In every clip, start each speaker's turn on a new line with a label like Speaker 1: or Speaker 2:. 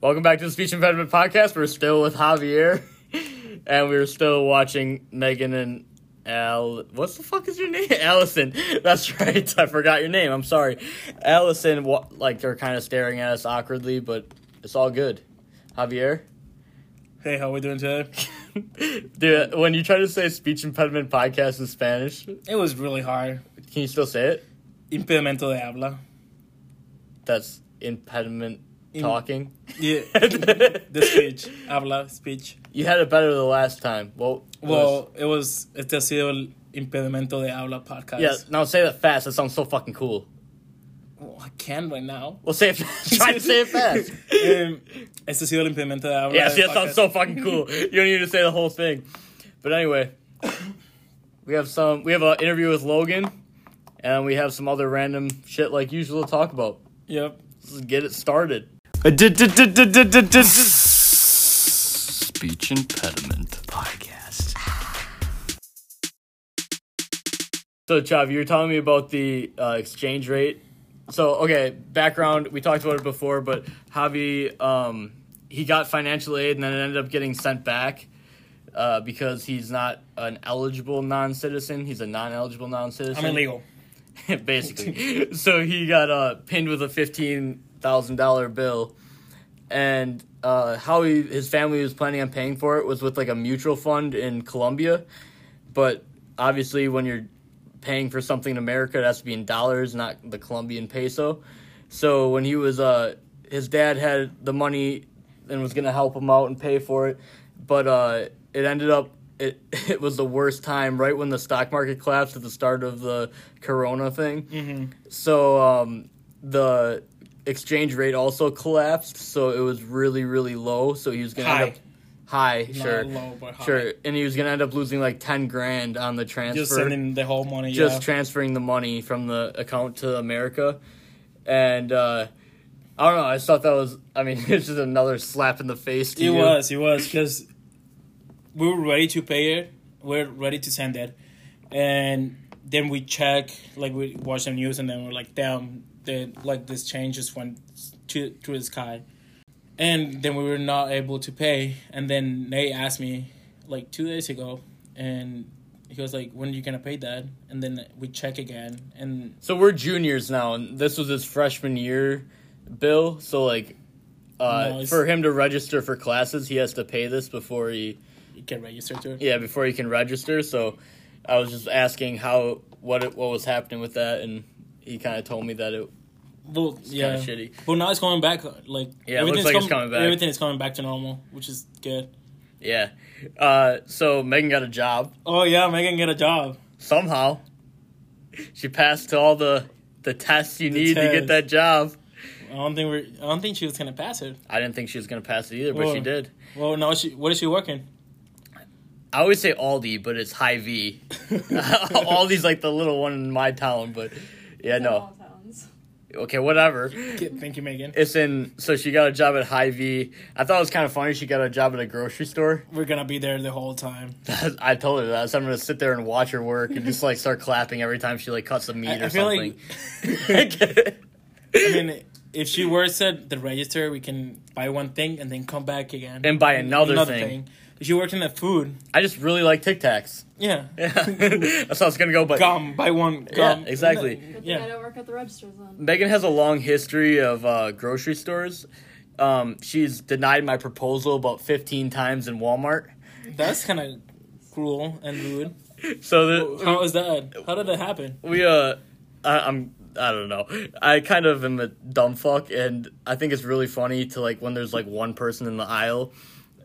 Speaker 1: Welcome back to the Speech Impediment Podcast. We're still with Javier, and we're still watching Megan and Al. What's the fuck is your name? Allison. That's right. I forgot your name. I'm sorry. Allison, wa- like, they're kind of staring at us awkwardly, but it's all good. Javier?
Speaker 2: Hey, how we doing today?
Speaker 1: Dude, when you try to say Speech Impediment Podcast in Spanish, can
Speaker 2: It was really hard.
Speaker 1: you still say it?
Speaker 2: Impedimento de habla.
Speaker 1: That's impediment
Speaker 2: Im-
Speaker 1: talking.
Speaker 2: Yeah, the
Speaker 1: the
Speaker 2: speech. Habla, speech.
Speaker 1: You had it better the last time. Well, it was-
Speaker 2: Well, it was, este ha sido el Impedimento de habla podcast.
Speaker 1: yeah. Now say that fast. That sounds so fucking cool.
Speaker 2: Well, I can right now.
Speaker 1: Well, say it fast. Try to say it fast.
Speaker 2: um, este ha sido el Impedimento de habla
Speaker 1: yeah, see, that sounds
Speaker 2: podcast.
Speaker 1: so fucking cool. You don't need to say the whole thing. But anyway, we have some. We have an interview with Logan, and we have some other random shit like usual to talk about.
Speaker 2: Yep.
Speaker 1: Let's get it started.
Speaker 3: Speech impediment podcast.
Speaker 1: So, Chav, you were telling me about the uh, exchange rate. So, okay, background. We talked about it before, but Javi, um, he got financial aid and then it ended up getting sent back uh, because he's not an eligible non-citizen. He's a non-eligible non-citizen.
Speaker 2: I'm illegal.
Speaker 1: basically. so he got uh, pinned with a fifteen thousand dollar bill, and uh, how he, his family was planning on paying for it was with like a mutual fund in Colombia, but obviously when you're paying for something in America, it has to be in dollars, not the Colombian peso. So when he was, uh, his dad had the money and was gonna help him out and pay for it, but uh, it ended up it it was the worst time right when the stock market collapsed at the start of the Corona thing. Mm-hmm. So um, the exchange rate also collapsed, so it was really really low. So he was gonna
Speaker 2: High.
Speaker 1: end up high, sure,
Speaker 2: low, but high.
Speaker 1: sure, and he was gonna end up losing like ten grand on the transfer
Speaker 2: Just sending the whole money.
Speaker 1: just
Speaker 2: yeah.
Speaker 1: transferring the money from the account to America, and uh, I don't know. I just thought that was. I mean, it's just another slap in the face to
Speaker 2: It
Speaker 1: you.
Speaker 2: was, it was, because we were ready to pay it. We're ready to send it, and then we check, like we watch the news, and then we're like, damn, the like this change just went to to the sky, and then we were not able to pay. And then Nate asked me, like two days ago, and he was like, when are you gonna pay that? And then we check again, and
Speaker 1: So we're juniors now, and this was his freshman year bill. So like, uh,
Speaker 2: Nice.
Speaker 1: for him to register for classes, he has to pay this before he
Speaker 2: you can register to it.
Speaker 1: yeah before he can register. So I was just asking how what it, what was happening with that, and he kind of told me that it
Speaker 2: Well, yeah.
Speaker 1: shitty.
Speaker 2: But now it's coming back. Like
Speaker 1: Yeah, it looks
Speaker 2: everything's
Speaker 1: like it's
Speaker 2: com-
Speaker 1: coming back.
Speaker 2: Everything is coming back to normal, which is good.
Speaker 1: yeah. Uh, so Megan got a job
Speaker 2: Oh yeah, Megan get a job.
Speaker 1: somehow she passed all the the tests you need to get
Speaker 2: tests.
Speaker 1: that job.
Speaker 2: I don't think we. I don't think she was gonna pass it.
Speaker 1: I didn't think she was gonna pass it either, but she
Speaker 2: Whoa.
Speaker 1: did.
Speaker 2: Well, now she. What is she working?
Speaker 1: I always say Aldi, but it's High V. Aldi's like the little one in my town, but yeah, no.
Speaker 4: Small towns.
Speaker 1: Okay, whatever.
Speaker 2: Thank you, Megan.
Speaker 1: It's in. So she got a job at High V. I thought it was kind of funny. She got a job at a grocery store.
Speaker 2: We're gonna be there the whole time.
Speaker 1: I told her that. So I'm gonna sit there and watch her work and just like start clapping every time she like cuts a meat
Speaker 2: I,
Speaker 1: or
Speaker 2: I feel
Speaker 1: something.
Speaker 2: like. I mean, if she works at the register, we can buy one thing and then come back again
Speaker 1: And buy another thing.
Speaker 2: If she works in the food,
Speaker 1: I just really like Tic Tacs.
Speaker 2: yeah,
Speaker 1: That's how it's gonna go. But
Speaker 2: gum. Buy one
Speaker 1: Yeah,
Speaker 2: gum.
Speaker 1: exactly.
Speaker 4: Good thing
Speaker 2: Yeah.
Speaker 4: I don't work at the registers then.
Speaker 1: Megan has a long history of uh, grocery stores. Um, she's denied my proposal about 15 times in Walmart.
Speaker 2: That's kind of cruel and rude.
Speaker 1: So the,
Speaker 2: How is that? How did that happen?
Speaker 1: we uh, I, I'm I don't know. I kind of am a dumb fuck, and I think it's really funny to like when there's like one person in the aisle,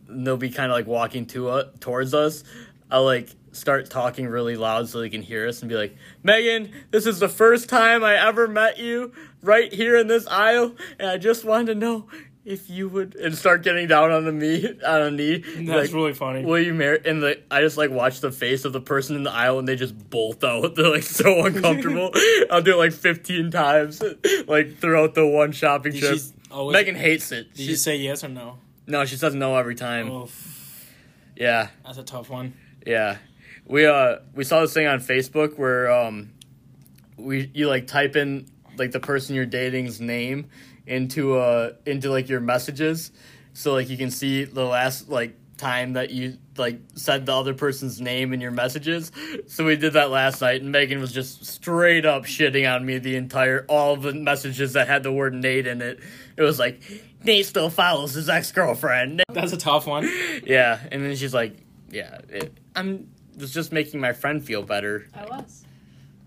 Speaker 1: and they'll be kind of like walking to uh, towards us. I like start talking really loud so they can hear us and be like, Megan, this is the first time I ever met you right here in this aisle, and I just wanted to know if you would and start getting down on the me on a knee.
Speaker 2: That's
Speaker 1: like,
Speaker 2: really funny.
Speaker 1: Will you marry? And the I just like watch the face of the person in the aisle, and they just bolt out. They're like so uncomfortable. I'll do it like fifteen times, like throughout the one shopping
Speaker 2: Did
Speaker 1: trip.
Speaker 2: she always-
Speaker 1: Megan hates it.
Speaker 2: Did
Speaker 1: She,
Speaker 2: you say yes or no?
Speaker 1: no, she says no every time.
Speaker 2: Oh,
Speaker 1: Yeah,
Speaker 2: that's a tough one.
Speaker 1: yeah. We uh we saw this thing on Facebook where um we you like type in like the person you're dating's name, into uh into like your messages, so like you can see the last like time that you like said the other person's name in your messages. So we did that last night, and Megan was just straight up shitting on me the entire all the messages that had the word Nate in it. It was like Nate still follows his ex girlfriend.
Speaker 2: That's a tough one.
Speaker 1: Yeah, and then she's like, "Yeah, it, I'm was just making my friend feel better."
Speaker 4: I was.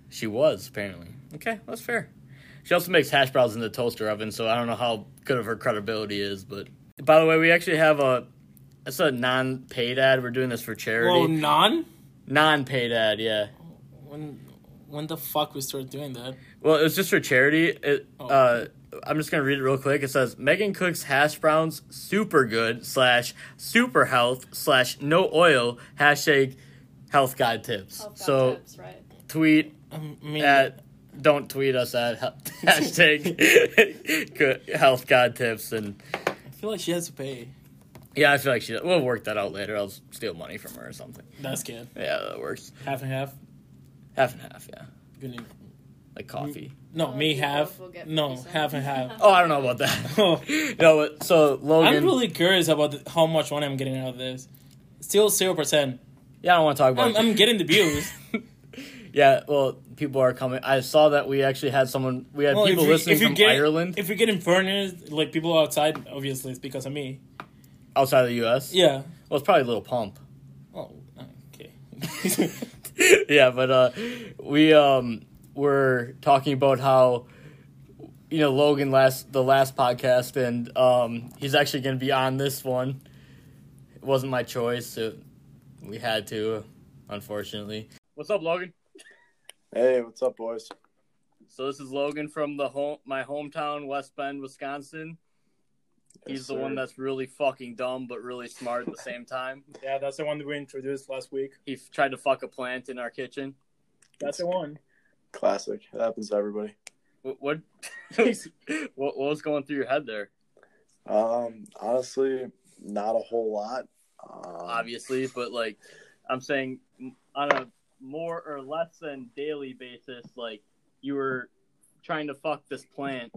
Speaker 1: She was apparently okay. That's fair. She also makes hash browns in the toaster oven, so I don't know how good of her credibility is. But by the way, we actually have a that's a non-paid ad. We're doing this for charity.
Speaker 2: Well, none.
Speaker 1: non-paid ad, yeah.
Speaker 2: When when the fuck we start doing that?
Speaker 1: Well, it was just for charity. It, uh, I'm just gonna read it real quick. It says Megan cooks hash browns super good slash super health slash no oil hashtag health guide tips.
Speaker 4: Health got
Speaker 1: so
Speaker 4: tips, right?
Speaker 1: tweet
Speaker 2: Um, I mean,
Speaker 1: at don't tweet us at he- hashtag good health guide tips and
Speaker 2: I feel like she has to pay.
Speaker 1: yeah, I feel like she we'll work that out later. I'll steal money from her or something.
Speaker 2: That's good.
Speaker 1: Yeah, that works.
Speaker 2: Half and half.
Speaker 1: Half and half, yeah,
Speaker 2: Gonna,
Speaker 1: like coffee.
Speaker 2: no,
Speaker 4: Well,
Speaker 2: me
Speaker 4: you
Speaker 2: half.
Speaker 4: both will get
Speaker 2: No,
Speaker 4: 50
Speaker 2: half and half.
Speaker 1: Oh, I don't know about that. no, but, so Logan.
Speaker 2: I'm really curious about the, how much money I'm getting out of this. Still zero percent.
Speaker 1: yeah, I don't want to talk about.
Speaker 2: I'm,
Speaker 1: it.
Speaker 2: I'm getting the views.
Speaker 1: Yeah, well, people are coming. I saw that we actually had someone. We had
Speaker 2: Well,
Speaker 1: people
Speaker 2: if you-
Speaker 1: listening
Speaker 2: if you
Speaker 1: from
Speaker 2: get-
Speaker 1: Ireland
Speaker 2: If you're getting foreigners, like people outside, obviously it's because of me.
Speaker 1: outside of the U.S.
Speaker 2: Yeah.
Speaker 1: Well, it's probably a little pump.
Speaker 2: Oh, okay.
Speaker 1: yeah, but uh, we um were talking about how you know Logan last the last podcast, and um he's actually going to be on this one. It wasn't my choice. It, we had to, unfortunately. What's up, Logan?
Speaker 5: Hey, what's up, boys?
Speaker 1: So this is Logan from the home, my hometown, West Bend, Wisconsin. He's
Speaker 5: Yes,
Speaker 1: the one
Speaker 5: sir.
Speaker 1: that's really fucking dumb but really smart at the same time.
Speaker 2: yeah, that's the one that we introduced last week.
Speaker 1: He f- tried to fuck a plant in our kitchen.
Speaker 2: That's the one.
Speaker 5: classic. It happens to everybody.
Speaker 1: What what, what what was going through your head there?
Speaker 5: Um, honestly, not a whole lot. Um,
Speaker 1: Obviously, but like I'm saying, m- on a more or less than daily basis, like you were trying to fuck this plant.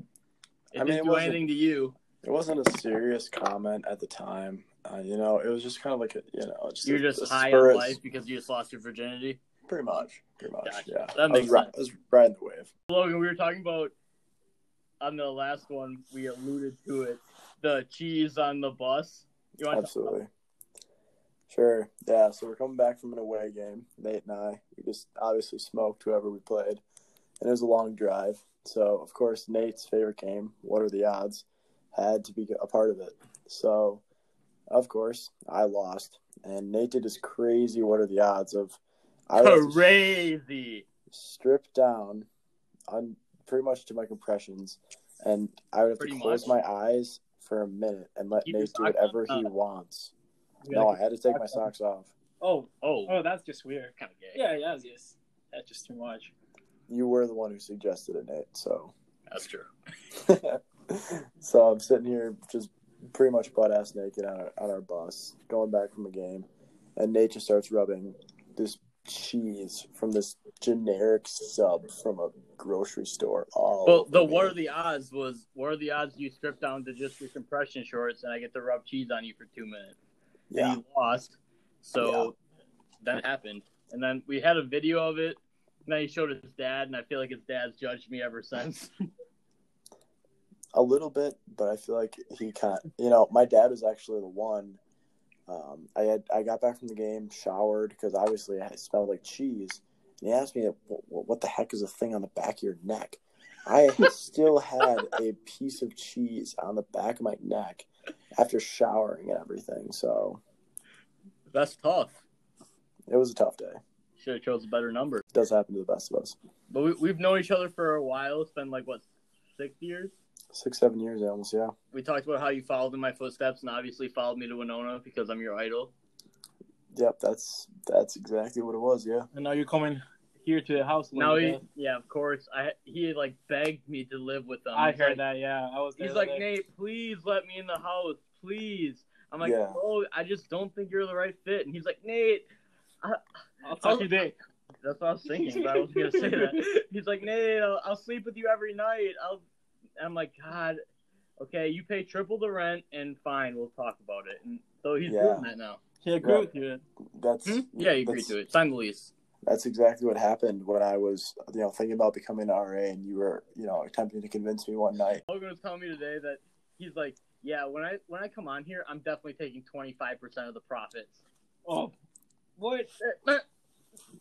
Speaker 1: It
Speaker 5: I mean,
Speaker 1: didn't
Speaker 5: it
Speaker 1: do
Speaker 5: wasn't-
Speaker 1: anything to you.
Speaker 5: It wasn't a serious comment at the time. Uh, you know, it was just kind of like a, you know, just
Speaker 1: You're
Speaker 5: a-
Speaker 1: just
Speaker 5: a
Speaker 1: high
Speaker 5: spur
Speaker 1: on
Speaker 5: of-
Speaker 1: life because you just lost your virginity.
Speaker 5: Pretty much, pretty much.
Speaker 1: Gotcha.
Speaker 5: Yeah,
Speaker 1: That
Speaker 5: I was
Speaker 1: makes
Speaker 5: ri-
Speaker 1: sense.
Speaker 5: I was riding the wave.
Speaker 1: Logan, we were talking about on the last one. We alluded to it. The cheese on the bus. You want to
Speaker 5: Absolutely. Sure. Yeah. So we're coming back from an away game. Nate and I, we just obviously smoked whoever we played, and it was a long drive. So of course, Nate's favorite game, "What Are the Odds," had to be a part of it. So, of course, I lost, and Nate did his crazy "What Are the Odds" of I was
Speaker 1: crazy?
Speaker 5: stripped down, on pretty much to my compressions, and I would have
Speaker 1: Pretty
Speaker 5: to close
Speaker 1: much.
Speaker 5: my eyes for a minute and let
Speaker 1: Keep your
Speaker 5: Nate do
Speaker 1: socks on,
Speaker 5: whatever he
Speaker 1: uh,
Speaker 5: wants. No, I had to take my
Speaker 2: socks on.
Speaker 5: socks off.
Speaker 2: Oh,
Speaker 1: Oh,
Speaker 2: oh, that's just weird.
Speaker 1: kind of gay.
Speaker 2: Yeah, yeah, yes. That's just too much.
Speaker 5: You were the one who suggested it, Nate. So,
Speaker 1: that's true.
Speaker 5: so I'm sitting here just pretty much butt ass naked on our, on our bus, going back from a game, and Nate just starts rubbing this cheese from this generic sub from a grocery store. All
Speaker 1: Well,
Speaker 5: over
Speaker 1: the
Speaker 5: me.
Speaker 1: what are the odds was what are the odds you strip down to just your compression shorts and I get to rub cheese on you for two minutes?
Speaker 5: yeah,
Speaker 1: And you lost, so that happened. And then we had a video of it. And then he showed his dad, and I feel like his dad's judged me ever since.
Speaker 5: a little bit, but I feel like he kind of, you know, my dad was actually the one. Um, I had I got back from the game, showered because obviously I smelled like cheese, and he asked me, "Wh- wh- "What the heck is a thing on the back of your neck?" I still had a piece of cheese on the back of my neck after showering and everything, so
Speaker 1: That's tough.
Speaker 5: it was a tough day.
Speaker 1: Should have chose a better number.
Speaker 5: does happen to the best of us.
Speaker 1: But we, we've known each other for a while. It's been like what six years.
Speaker 5: Six, seven years almost, yeah.
Speaker 1: We talked about how you followed in my footsteps and obviously followed me to Winona because I'm your idol.
Speaker 5: Yep, that's that's exactly what it was, yeah.
Speaker 2: And now you're coming here to the house.
Speaker 1: now he,
Speaker 2: Linda.
Speaker 1: yeah, of course. I he like begged me to live with them.
Speaker 2: I
Speaker 1: He's
Speaker 2: heard
Speaker 1: like-
Speaker 2: that. Yeah, I was.
Speaker 1: He's
Speaker 2: there
Speaker 1: like,
Speaker 2: today.
Speaker 1: Nate, please let me in the house, please. I'm like,
Speaker 5: Yeah.
Speaker 1: oh, I just don't think you're the right fit. And he's like, Nate,
Speaker 2: I'll talk to you today.
Speaker 1: that's what I was thinking, but I was gonna say that. He's like, Nate, I'll, I'll sleep with you every night. I'll. And I'm like, God, Okay, you pay triple the rent, and fine, we'll talk about it. And so he's
Speaker 5: Yeah.
Speaker 1: doing that now.
Speaker 2: He agreed
Speaker 5: Yeah.
Speaker 2: with you.
Speaker 5: That's
Speaker 1: Hmm? Yeah, he agreed
Speaker 5: that's-
Speaker 1: to it. Sign the lease.
Speaker 5: That's exactly what happened when I was, you know, thinking about becoming an RA, and you were, you know, attempting to convince me one night.
Speaker 1: Logan was telling me today that he's like, yeah, when I when I come on here, I'm definitely taking twenty five percent of the profits.
Speaker 2: Oh, what?
Speaker 1: Eh, eh,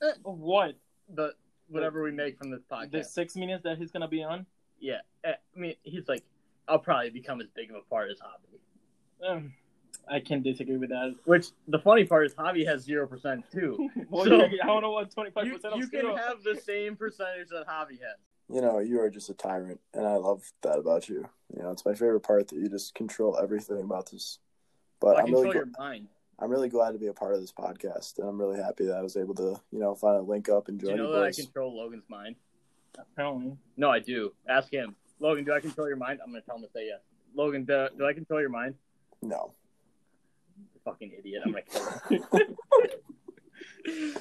Speaker 2: Of What?
Speaker 1: The whatever we make from this podcast.
Speaker 2: The six minutes that he's gonna be on?
Speaker 1: Yeah, eh, I mean, he's like, I'll probably become as big of a part as Hobby.
Speaker 2: Um, I can disagree with that.
Speaker 1: Which the funny part is, Hobby has zero percent too.
Speaker 2: Well,
Speaker 1: So-
Speaker 2: you- I don't know what twenty five
Speaker 1: you
Speaker 2: percent of
Speaker 1: you can
Speaker 2: zero.
Speaker 1: have the same percentage that Hobby has.
Speaker 5: You know, you are just a tyrant, and I love that about you. You know, it's my favorite part that you just control everything about this. But
Speaker 1: I
Speaker 5: I'm
Speaker 1: control
Speaker 5: really,
Speaker 1: your
Speaker 5: gl-
Speaker 1: mind.
Speaker 5: I'm really glad to be a part of this podcast, and I'm really happy that I was able to, you know, find a link up and
Speaker 1: Do you
Speaker 5: join you
Speaker 1: know that I
Speaker 5: boys.
Speaker 1: control Logan's mind?
Speaker 2: Apparently,
Speaker 1: No, I do. Ask him. Logan, do I control your mind? I'm gonna tell him to say yes. Logan, do, do I control your mind?
Speaker 5: No,
Speaker 1: Fucking idiot. I'm gonna kill him.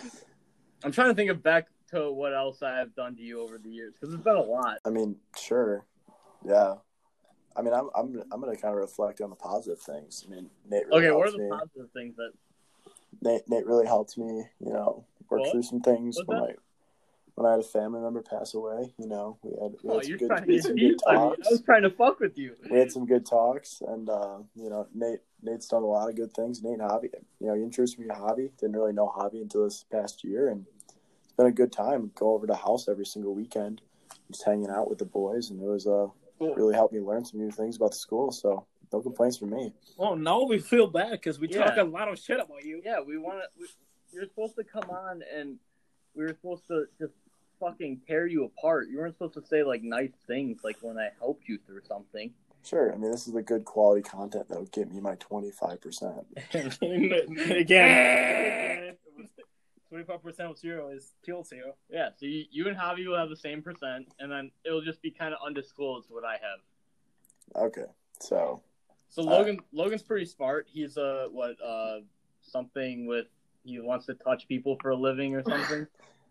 Speaker 1: I'm trying to think of back to what else I have done to you over the years because it's been a lot.
Speaker 5: I mean, sure, yeah. I mean, I'm, I'm, I'm gonna kind of reflect on the positive things. I mean, Nate. Really
Speaker 1: Okay, what are
Speaker 5: helped
Speaker 1: the
Speaker 5: me.
Speaker 1: positive things that?
Speaker 5: Nate, Nate really helped me, you know, work
Speaker 1: What?
Speaker 5: through some things
Speaker 1: What's
Speaker 5: when
Speaker 1: that?
Speaker 5: I when I had a family member pass away. You know, we had, we
Speaker 1: Oh,
Speaker 5: had some
Speaker 1: you're
Speaker 5: good,
Speaker 1: trying
Speaker 5: we
Speaker 1: to
Speaker 5: had
Speaker 1: get
Speaker 5: some
Speaker 1: me.
Speaker 5: good
Speaker 1: I mean,
Speaker 5: talks.
Speaker 1: I was trying to fuck with you.
Speaker 5: We had some good talks, and uh, you know, Nate Nate's done a lot of good things. Nate hobby, you know, he introduced me to hobby. Didn't really know hobby until this past year, and it's been a good time. Go over to house every single weekend, just hanging out with the boys, and it was uh
Speaker 2: Cool.
Speaker 5: really helped me learn some new things about the school. So no complaints from me.
Speaker 2: Oh, now we feel bad because we
Speaker 1: Yeah.
Speaker 2: talk a lot of shit about you.
Speaker 1: Yeah, we want to. You're supposed to come on, and we were supposed to just fucking tear you apart. You weren't supposed to say like nice things, like when I helped you through something.
Speaker 5: Sure, I mean, this is the good quality content that would get me my twenty five percent.
Speaker 2: Again, twenty five percent of zero is still zero.
Speaker 1: Yeah, so you, you and Javi will have the same percent, and then it'll just be kind of undisclosed what I have.
Speaker 5: Okay, so.
Speaker 1: So
Speaker 5: Uh,
Speaker 1: Logan, Logan's pretty smart. He's uh what uh something with he wants to touch people for a living or something.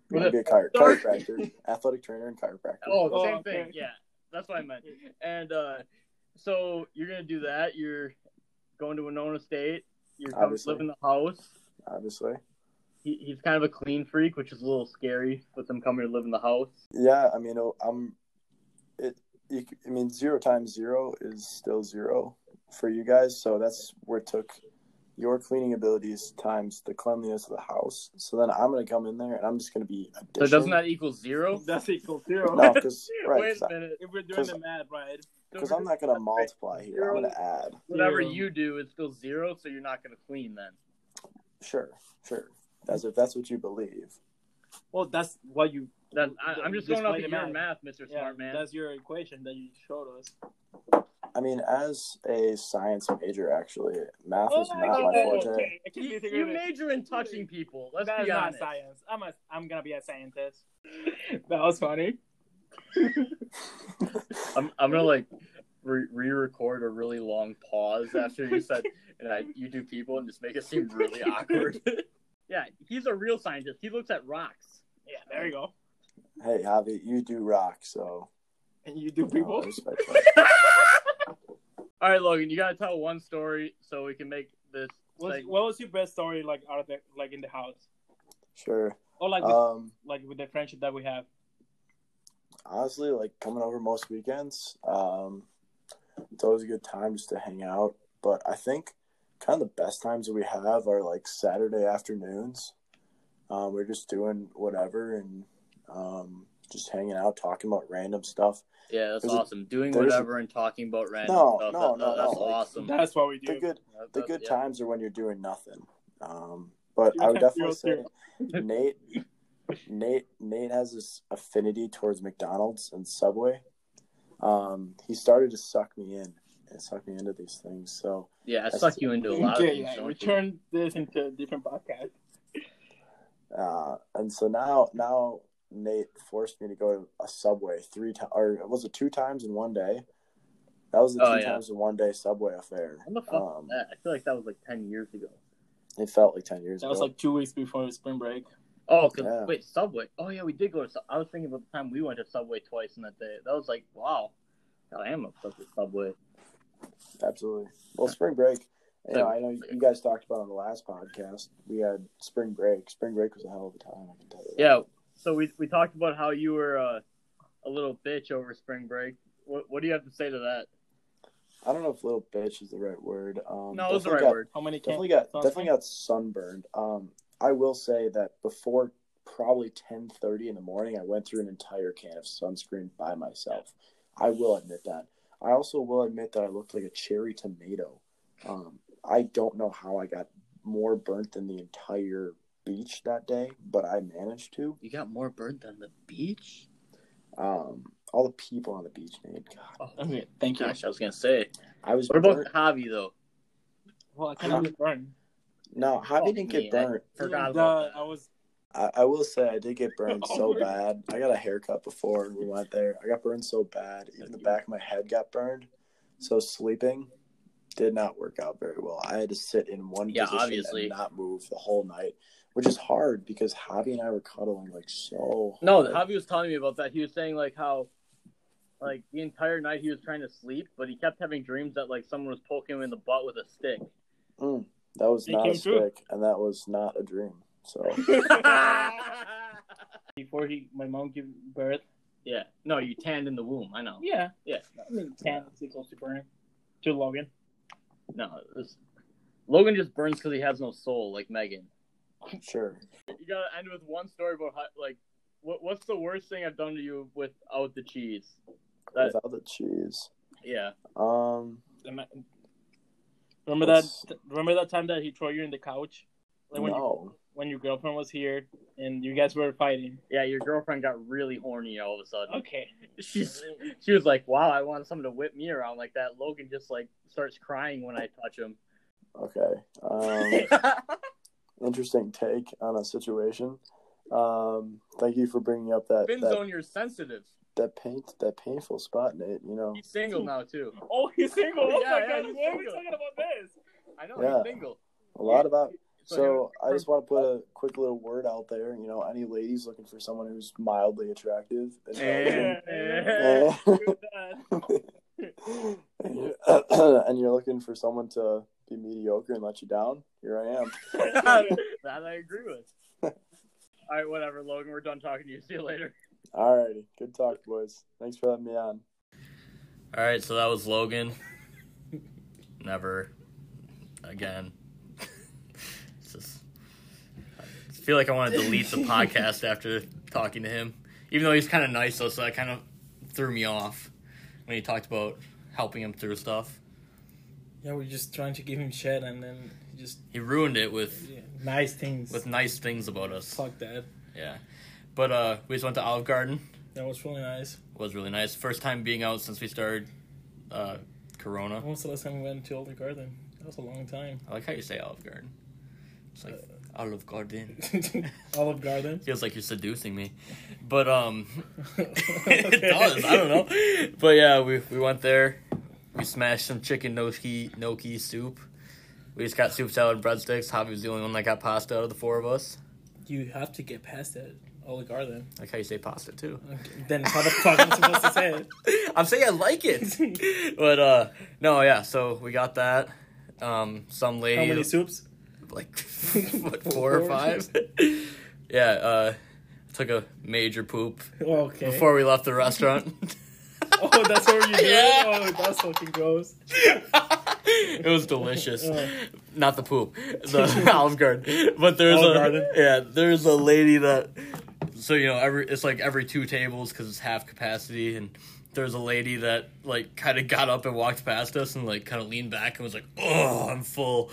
Speaker 5: You want to be a chiro-
Speaker 1: Sorry.
Speaker 5: chiropractor, athletic trainer, and chiropractor.
Speaker 1: Oh,
Speaker 2: Oh,
Speaker 1: same
Speaker 2: okay.
Speaker 1: thing. Yeah, that's what I meant. And uh, so you're gonna do that. You're going to Winona State. You're coming to
Speaker 5: Obviously.
Speaker 1: live in the house.
Speaker 5: obviously.
Speaker 1: He, he's kind of a clean freak, which is a little scary with him coming to live in the house.
Speaker 5: Yeah, I mean, oh, I'm. It, you, c- I mean, zero times zero is still zero for you guys. So that's where it took your cleaning abilities times the cleanliness of the house. So then I'm gonna come in there and I'm just gonna be. A
Speaker 1: So doesn't that equal zero?
Speaker 2: That's equal zero.
Speaker 5: No, because right,
Speaker 1: Wait a minute.
Speaker 2: If we're doing
Speaker 5: Cause-
Speaker 2: the math, right?
Speaker 5: because I'm not gonna multiply here. I'm gonna add.
Speaker 1: Whatever
Speaker 2: Zero.
Speaker 1: you do is still zero, so you're not gonna clean then.
Speaker 5: Sure, sure. As if that's what you believe.
Speaker 2: Well, that's what you.
Speaker 1: That, I, I'm just
Speaker 2: Just
Speaker 1: going off
Speaker 2: play
Speaker 1: of your
Speaker 2: the
Speaker 1: math, Mr.
Speaker 2: Yeah,
Speaker 1: Smart Man.
Speaker 2: that's your equation that you showed us.
Speaker 5: I mean, as a science major, actually, math
Speaker 1: Oh
Speaker 5: is
Speaker 2: I
Speaker 5: not
Speaker 2: get
Speaker 5: my
Speaker 2: that.
Speaker 5: forte.
Speaker 2: Okay, I can
Speaker 1: You,
Speaker 2: disagree
Speaker 1: you
Speaker 2: with it.
Speaker 1: major in touching people. Let's
Speaker 2: That's
Speaker 1: be
Speaker 2: not
Speaker 1: honest.
Speaker 2: science. I'm a, I'm gonna be a scientist. that was funny.
Speaker 1: I'm, I'm gonna like re- re-record a really long pause after you said and I, you do people and just make it seem really awkward. yeah, he's a real scientist. He looks at rocks.
Speaker 2: Yeah, there you go.
Speaker 5: Hey, Javi, you do rock, so
Speaker 2: And you do
Speaker 5: you know,
Speaker 2: people.
Speaker 5: I respect that.
Speaker 1: All right, Logan, you gotta tell one story so we can make this.
Speaker 2: What's,
Speaker 1: seg-
Speaker 2: what was your best story like out of the like in the house
Speaker 5: Sure.
Speaker 2: or like with,
Speaker 5: Um,
Speaker 2: like with the friendship that we have?
Speaker 5: honestly, like coming over most weekends, um, it's always a good time just to hang out. But I think kind of the best times that we have are like Saturday afternoons. Um, we're just doing whatever and um, just hanging out, talking about random stuff.
Speaker 1: yeah, that's
Speaker 5: There's a-
Speaker 1: awesome. Doing
Speaker 5: there's a-
Speaker 1: whatever and talking about random
Speaker 5: No,
Speaker 1: stuff.
Speaker 5: no,
Speaker 1: That-
Speaker 5: no,
Speaker 1: that's
Speaker 5: no, like,
Speaker 1: awesome.
Speaker 2: That's what we
Speaker 5: The
Speaker 2: do.
Speaker 5: good,
Speaker 1: That-
Speaker 5: the
Speaker 1: that-
Speaker 5: good
Speaker 1: yeah.
Speaker 5: times are when you're doing nothing. Um, but I would
Speaker 2: Zero,
Speaker 5: definitely say
Speaker 2: zero.
Speaker 5: Nate, Nate, Nate has this affinity towards McDonald's and Subway. Um, he started to suck me in and suck me into these things. So
Speaker 1: Yeah, I
Speaker 5: That's-
Speaker 1: suck you into a lot
Speaker 2: Okay,
Speaker 1: of things.
Speaker 2: yeah,
Speaker 1: don't
Speaker 2: we
Speaker 1: you?
Speaker 2: turned this into a different podcast.
Speaker 5: uh, and so now now Nate forced me to go to a Subway three times, or was it two times in one day? That was the two
Speaker 1: Oh, yeah.
Speaker 5: times in one day Subway affair.
Speaker 1: When the fuck was
Speaker 5: Um,
Speaker 1: that? I feel like that was like ten years ago.
Speaker 5: it felt like ten years
Speaker 2: That
Speaker 5: ago.
Speaker 2: was like two weeks before spring break.
Speaker 1: Oh, 'cause-
Speaker 5: Yeah.
Speaker 1: wait, Subway. Oh yeah, we did go to. Sub- I was thinking about the time we went to Subway twice in that day. That was like, wow, God, I am obsessed with Subway.
Speaker 5: Absolutely. Well, spring break. You know, I know you guys talked about it on the last podcast. We had spring break. Spring break was a hell of a time. I can tell you. that.
Speaker 1: Yeah. So we we talked about how you were uh, a little bitch over spring break. What what do you have to say to that?
Speaker 5: I don't know if little bitch is the right word. Um,
Speaker 1: No, it's the
Speaker 5: definitely
Speaker 1: right
Speaker 5: got-
Speaker 1: word.
Speaker 2: How many
Speaker 5: Definitely
Speaker 2: can?
Speaker 5: got
Speaker 2: Sounds
Speaker 5: definitely
Speaker 2: fun.
Speaker 5: got sunburned. Um, I will say that before probably ten thirty in the morning, I went through an entire can of sunscreen by myself. I will admit that. I also will admit that I looked like a cherry tomato. Um, I don't know how I got more burnt than the entire beach that day, but I managed to.
Speaker 1: You got more bird than the beach.
Speaker 5: Um, all the people on the beach, man. God,
Speaker 1: Oh,
Speaker 2: Okay, thank you.
Speaker 1: gosh, I was gonna say.
Speaker 5: I was.
Speaker 1: What about
Speaker 5: burnt.
Speaker 1: Javi though?
Speaker 2: Well, I kind of burned.
Speaker 5: No, Javi
Speaker 1: Oh,
Speaker 5: didn't get
Speaker 1: man.
Speaker 5: burnt.
Speaker 1: Forgot
Speaker 2: Uh,
Speaker 1: about
Speaker 2: I was
Speaker 5: I, I will say I did get burned
Speaker 2: Oh
Speaker 5: so
Speaker 2: my-
Speaker 5: bad. I got a haircut before we went there. I got burned so bad. Even the back of my head got burned. So sleeping did not work out very well. I had to sit in one
Speaker 1: Yeah,
Speaker 5: position
Speaker 1: obviously.
Speaker 5: and not move the whole night, which is hard because Javi and I were cuddling like so.
Speaker 1: No,
Speaker 5: hard.
Speaker 1: Javi was telling me about that. He was saying like how, like the entire night he was trying to sleep, but he kept having dreams that like someone was poking him in the butt with a stick.
Speaker 5: Mm, that was
Speaker 2: It
Speaker 5: not
Speaker 2: came
Speaker 5: a
Speaker 2: true.
Speaker 5: stick, and that was not a dream. So
Speaker 2: before he my mom gave birth.
Speaker 1: yeah, no, you tanned in the womb. I know.
Speaker 2: Yeah,
Speaker 1: Yeah,
Speaker 2: I mean, can it's equals to burn to Logan.
Speaker 1: no, it was... Logan just burns because he has no soul, like Megan.
Speaker 5: sure,
Speaker 1: You gotta end with one story about how, like, what what's the worst thing I've done to you without the cheese? That-
Speaker 5: without the cheese,
Speaker 1: Yeah,
Speaker 5: um,
Speaker 2: Am I- Remember
Speaker 5: That's-
Speaker 2: that? Remember that time that he threw you in the couch, like when you-
Speaker 5: no,
Speaker 2: when your girlfriend was here and you guys were fighting.
Speaker 1: yeah. Your girlfriend got really horny all of a sudden.
Speaker 2: Okay.
Speaker 1: She's she was like, "Wow, I want someone to whip me around like that." Logan just like starts crying when I touch him.
Speaker 5: okay. Um, interesting take on a situation. Um, thank you for bringing up that
Speaker 1: Spin
Speaker 5: that,
Speaker 1: zone, you're sensitive.
Speaker 5: that pain that painful spot, Nate. You know,
Speaker 1: He's single now too.
Speaker 2: Oh, he's single. Oh
Speaker 1: Yeah,
Speaker 2: my
Speaker 1: yeah,
Speaker 2: god,
Speaker 1: he's
Speaker 2: why are we
Speaker 1: single.
Speaker 2: talking about this?
Speaker 1: I know
Speaker 5: Yeah.
Speaker 1: he's single.
Speaker 5: a lot about. So
Speaker 1: him-
Speaker 5: I just want to put a quick little word out there. You know, any ladies looking for someone who's mildly attractive, intelligent,
Speaker 1: Eh.
Speaker 2: Yeah,
Speaker 5: Yeah.
Speaker 2: you're done.
Speaker 5: and, you're, and you're looking for someone to be mediocre and let you down, here I am.
Speaker 1: that I agree with. All right, whatever, Logan. We're done talking to you. See you later.
Speaker 5: Alrighty, good talk, boys. Thanks for having me on.
Speaker 1: All right, so that was Logan. Never again. It's just, I feel like I want to delete the podcast after talking to him, even though he's kind of nice though. So that kind of threw me off when he talked about helping him through stuff.
Speaker 2: Yeah, we're just trying to give him shit, and then he just
Speaker 1: He ruined it with
Speaker 2: yeah, nice things.
Speaker 1: with nice things about us.
Speaker 2: Fuck that.
Speaker 1: Yeah, but uh, we just went to Olive Garden.
Speaker 2: That was really nice.
Speaker 1: was really nice. First time being out since we started uh, Corona.
Speaker 2: When was the last time we went to Olive Garden? That was a long time.
Speaker 1: I like how you say Olive Garden. It's like
Speaker 2: Uh.
Speaker 1: Olive Garden.
Speaker 2: Olive Garden.
Speaker 1: Feels like you're seducing me, but um, it does. I don't know. But yeah, we we went there. We smashed some chicken gnocchi gnocchi soup. We just got soup salad and breadsticks. Javi was the only one that got pasta out of the four of us.
Speaker 2: You have to get past that Olive Garden.
Speaker 1: I like how you say pasta too.
Speaker 2: Okay, Then how the fuck am I supposed to say it?
Speaker 1: I'm saying I like it, but uh, no, yeah. So we got that. Um, some lady.
Speaker 2: How many soups?
Speaker 1: like what four or five. yeah, uh, took a major poop
Speaker 2: Okay.
Speaker 1: before we left the restaurant.
Speaker 2: Eh? Oh, that's what you do.
Speaker 1: Yeah.
Speaker 2: Oh, that's fucking gross.
Speaker 1: it was delicious. Not the poop, the Olive Garden. But there's
Speaker 2: Olive
Speaker 1: a
Speaker 2: Garden.
Speaker 1: yeah, there's a lady that. So you know, every it's like every two tables because it's half capacity, and there's a lady that like kind of got up and walked past us and like kind of leaned back and was like, "Oh, I'm full."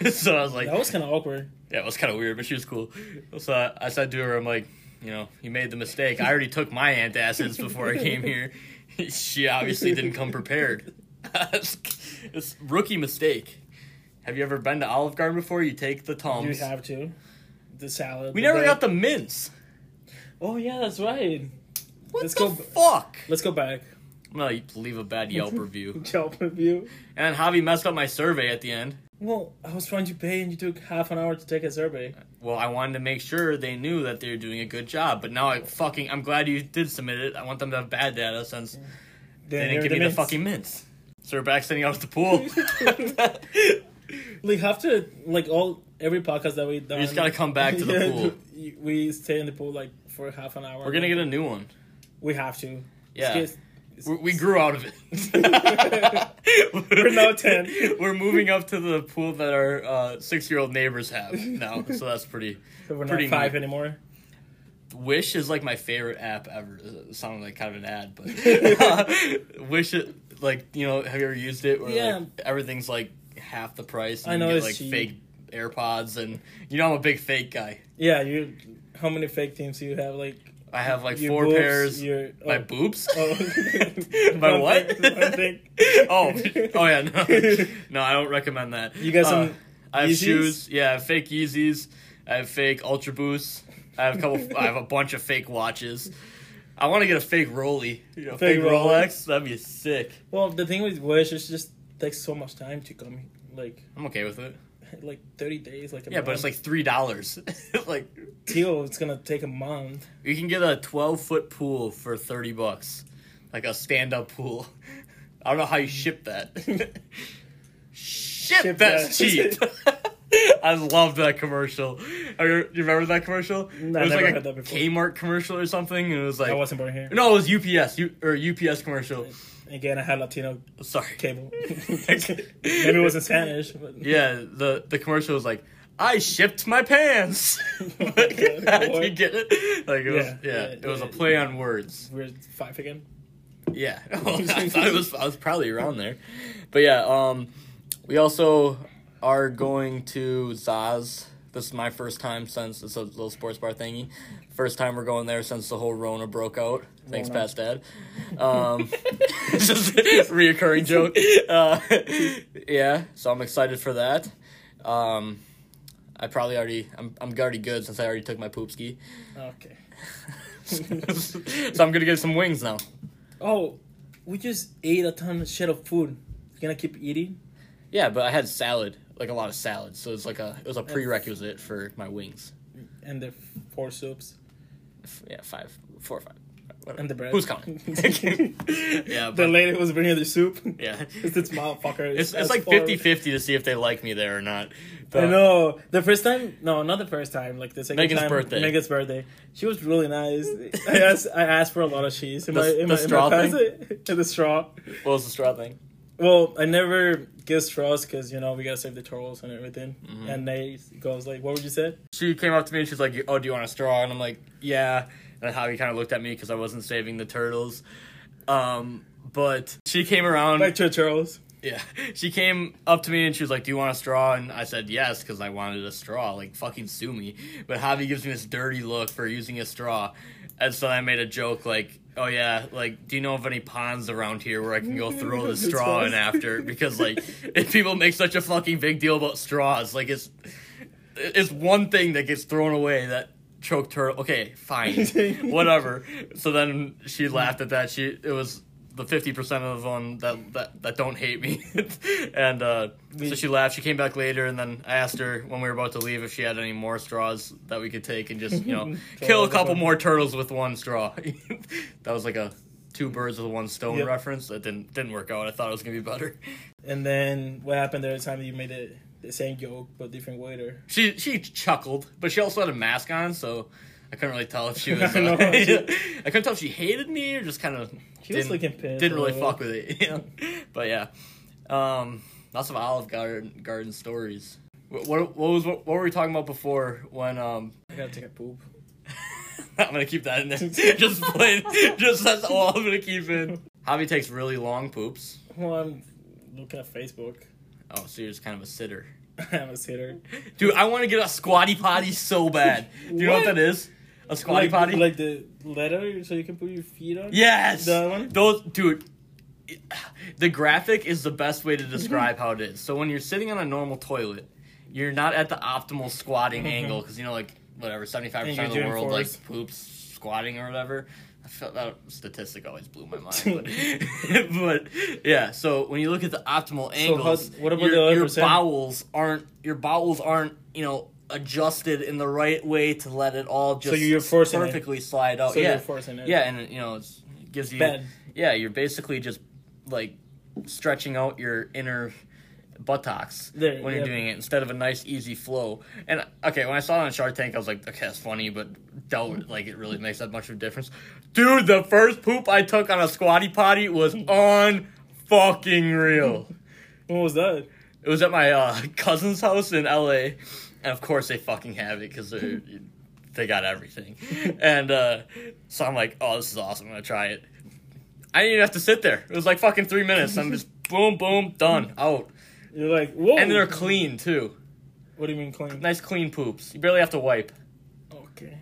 Speaker 1: so I was like,
Speaker 2: That was kind of awkward.
Speaker 1: Yeah, it was kind of weird, but she was cool. So I, I said to her, I'm like, you know, you made the mistake. I already took my antacids before I came here. she obviously didn't come prepared. it's rookie mistake. Have you ever been to Olive Garden before? You take the
Speaker 2: You
Speaker 1: Tums.
Speaker 2: have to. The salad.
Speaker 1: we never
Speaker 2: bread.
Speaker 1: got the mints.
Speaker 2: Oh yeah, that's right.
Speaker 1: What
Speaker 2: Let's
Speaker 1: the
Speaker 2: go-
Speaker 1: fuck?
Speaker 2: Let's go back.
Speaker 1: I'm gonna leave a bad Yelp review.
Speaker 2: Job review.
Speaker 1: And Javi messed up my survey at the end.
Speaker 2: Well, I was trying to pay, and you took half an hour to take a survey.
Speaker 1: Well, I wanted to make sure they knew that they were doing a good job, but now I fucking I'm glad you did submit it. I want them to have bad data since
Speaker 2: They
Speaker 1: They didn't give me the fucking mints. So we're back sitting out at the pool.
Speaker 2: like after like all every podcast that we done,
Speaker 1: just gotta come back to the
Speaker 2: Yeah,
Speaker 1: pool.
Speaker 2: y- We stay in the pool like for half an hour.
Speaker 1: we're gonna get a new one.
Speaker 2: We have to.
Speaker 1: Yeah,
Speaker 2: It's- it's-
Speaker 1: we we grew out of it.
Speaker 2: We're now 10.
Speaker 1: We're moving up to the pool that our uh, six-year-old neighbors have now. So that's pretty.
Speaker 2: so we're
Speaker 1: pretty
Speaker 2: not five
Speaker 1: neat.
Speaker 2: anymore.
Speaker 1: Wish is like my favorite app ever. It sounded like kind of an ad, but Wish it like you know. Have you ever used it? Where
Speaker 2: Yeah.
Speaker 1: like, everything's like half the price. And
Speaker 2: I
Speaker 1: you
Speaker 2: know
Speaker 1: get,
Speaker 2: it's
Speaker 1: like
Speaker 2: cheap.
Speaker 1: fake AirPods, and you know I'm a big fake guy.
Speaker 2: Yeah, you. How many fake teams do you have? Like
Speaker 1: I have like
Speaker 2: your
Speaker 1: four
Speaker 2: boobs,
Speaker 1: pairs.
Speaker 2: Your oh,
Speaker 1: my boobs.
Speaker 2: oh.
Speaker 1: my
Speaker 2: One
Speaker 1: what?
Speaker 2: thing- one thing.
Speaker 1: oh, oh yeah, no, no, I don't recommend that. Uh,
Speaker 2: You got some
Speaker 1: I have
Speaker 2: Yeezys?
Speaker 1: shoes. Yeah, I have fake Yeezys. I have fake Ultra Boosts. I have a couple. I have a bunch of fake watches. I want to get a fake Rolly. You know, fake,
Speaker 2: Fake
Speaker 1: Rolex. That'd be sick.
Speaker 2: Well, the thing with Wish is just takes so much time to come. Like
Speaker 1: I'm okay with it.
Speaker 2: like thirty days. Like a
Speaker 1: Yeah, but it's
Speaker 2: month.
Speaker 1: like three dollars. like
Speaker 2: Tio, it's gonna take a month.
Speaker 1: you can get a 12 foot pool for 30 bucks, like a stand up pool. I don't know how you ship that. ship,
Speaker 2: Ship
Speaker 1: that's
Speaker 2: that.
Speaker 1: cheap. I love that commercial. Are you, you remember that commercial?
Speaker 2: No,
Speaker 1: it was
Speaker 2: never
Speaker 1: like
Speaker 2: heard
Speaker 1: a
Speaker 2: that before.
Speaker 1: Kmart commercial or something, and it was like
Speaker 2: I wasn't born here.
Speaker 1: no, it was UPS U, or UPS commercial.
Speaker 2: Again, I had Latino
Speaker 1: Sorry.
Speaker 2: cable. Maybe it was in Spanish. But
Speaker 1: Yeah, the the commercial was like, I shipped my pants. like,
Speaker 2: Boy.
Speaker 1: you get it? Like it was, yeah,
Speaker 2: Yeah, yeah,
Speaker 1: it was a
Speaker 2: yeah.
Speaker 1: play on words.
Speaker 2: We're five again.
Speaker 1: Yeah, Oh, I thought it was. I was probably around there, but yeah. Um, we also are going to Zaz. This is my first time since it's a little sports bar thingy. First time we're going there since the whole Rona broke out. Thanks,
Speaker 2: Rona.
Speaker 1: past dad. Um, it's just a reoccurring joke. Uh, yeah, so I'm excited for that. Um, I probably already. I'm I'm already good since I already took my poop ski.
Speaker 2: Okay.
Speaker 1: so I'm gonna get some wings now.
Speaker 2: Oh, we just ate a ton of shit of food. You gonna keep eating?
Speaker 1: Yeah, but I had salad, like a lot of salad, so it's like a it was a prerequisite for my wings.
Speaker 2: And the f- four soups
Speaker 1: F- Yeah, five, four or five. whatever.
Speaker 2: and the bread.
Speaker 1: Who's counting? yeah,
Speaker 2: the
Speaker 1: but
Speaker 2: lady was bringing the soup.
Speaker 1: yeah,
Speaker 2: it's this motherfucker.
Speaker 1: it's, it's
Speaker 2: That's
Speaker 1: like
Speaker 2: four-
Speaker 1: 50-50 to see if they like me there or not. But
Speaker 2: I know. The first time, no, not the first time. Like the second
Speaker 1: Megan's
Speaker 2: time,
Speaker 1: birthday.
Speaker 2: Megan's birthday. She was really nice. I asked, I asked for a lot of cheese. In
Speaker 1: The-
Speaker 2: my, in
Speaker 1: the
Speaker 2: my,
Speaker 1: straw
Speaker 2: in my
Speaker 1: thing?
Speaker 2: present. the straw.
Speaker 1: What was the straw thing?
Speaker 2: Well, I never give straws because you know we gotta save the turtles and everything.
Speaker 1: Mm-hmm.
Speaker 2: And they goes like, "What would you say?"
Speaker 1: She came up to me and she's like, "Oh, do you want a straw?" And I'm like, "Yeah." And how he kind of looked at me because I wasn't saving the turtles. Um, but she came around.
Speaker 2: Back to the turtles.
Speaker 1: Yeah. She came up to me and she was like, Do you want a straw? And I said, Yes, because I wanted a straw. Like, fucking sue me. But Javi gives me this dirty look for using a straw. And so I made a joke like, Oh, yeah, like, do you know of any ponds around here where I can go throw the
Speaker 2: That's
Speaker 1: straw in
Speaker 2: awesome.
Speaker 1: after? Because, like, if people make such a fucking big deal about straws, like, it's. It's one thing that gets thrown away that choke turtle. Okay, fine, whatever. So then she laughed at that. She it was the fifty percent of them that, that that don't hate me, and uh, so she laughed. She came back later, and then I asked her when we were about to leave if she had any more straws that we could take and just you know kill a couple more turtles with one straw. that was like a two birds with one stone
Speaker 2: Yep.
Speaker 1: reference. That didn't didn't work out. I thought it was gonna be better.
Speaker 2: And then what happened the other time that you made it the same joke but different waiter?
Speaker 1: She she chuckled, but she also had a mask on, so I couldn't really tell if she was. Uh,
Speaker 2: I know, she-
Speaker 1: I couldn't tell if she hated me or just kind of.
Speaker 2: She was looking pissed.
Speaker 1: Didn't really
Speaker 2: though.
Speaker 1: fuck with it. Yeah, but yeah, um, lots of Olive Garden Garden stories. What what, what was what, what were we talking about before when um.
Speaker 2: I gotta take a poop.
Speaker 1: I'm gonna keep that in there. Just plain, just that's all I'm gonna keep in. Javi takes really long poops.
Speaker 2: Well, I'm looking at Facebook.
Speaker 1: Oh, so you're just kind of a sitter,
Speaker 2: I'm a sitter.
Speaker 1: dude. I want to get a squatty potty so bad. Do you know what
Speaker 2: What?
Speaker 1: that is? A squatty
Speaker 2: like,
Speaker 1: potty.
Speaker 2: like the letter, so you can put your feet on.
Speaker 1: Yes.
Speaker 2: That one?
Speaker 1: Those dude it- the graphic is the best way to describe how it is. So when you're sitting on a normal toilet, you're not at the optimal squatting angle cuz you know like whatever 75% of
Speaker 2: And Mm-hmm. you're
Speaker 1: the
Speaker 2: doing
Speaker 1: world
Speaker 2: fours.
Speaker 1: like poops squatting or whatever. I felt that statistic always blew my mind. But, but, yeah, so when you look at the optimal angles,
Speaker 2: how- what about
Speaker 1: your,
Speaker 2: the other
Speaker 1: your
Speaker 2: percent?
Speaker 1: bowels aren't your bowels aren't, you know, adjusted in the right way to let it all just
Speaker 2: you're forcing it.
Speaker 1: perfectly slide out.
Speaker 2: So
Speaker 1: Oh, yeah.
Speaker 2: you're forcing it.
Speaker 1: Yeah, and you know it's, it gives you.
Speaker 2: Bad.
Speaker 1: Yeah, you're basically just like stretching out your inner buttocks
Speaker 2: There,
Speaker 1: when you're
Speaker 2: yeah.
Speaker 1: doing it instead of a nice easy flow. And okay, when I saw it on Shark Tank, I was like, okay, that's funny, but doubt like it really makes that much of a difference. Dude, the first poop I took on a squatty potty was on fucking real.
Speaker 2: What was that?
Speaker 1: It was at my uh, cousin's house in LA, and of course they fucking have it because they they got everything. And uh, so I'm like, oh, this is awesome. I'm gonna try it. I didn't even have to sit there. It was like fucking three minutes. I'm just boom, boom, done, out.
Speaker 2: You're like, whoa.
Speaker 1: And they're clean too.
Speaker 2: what do you mean clean?
Speaker 1: Nice clean poops. You barely have to wipe.
Speaker 2: Okay.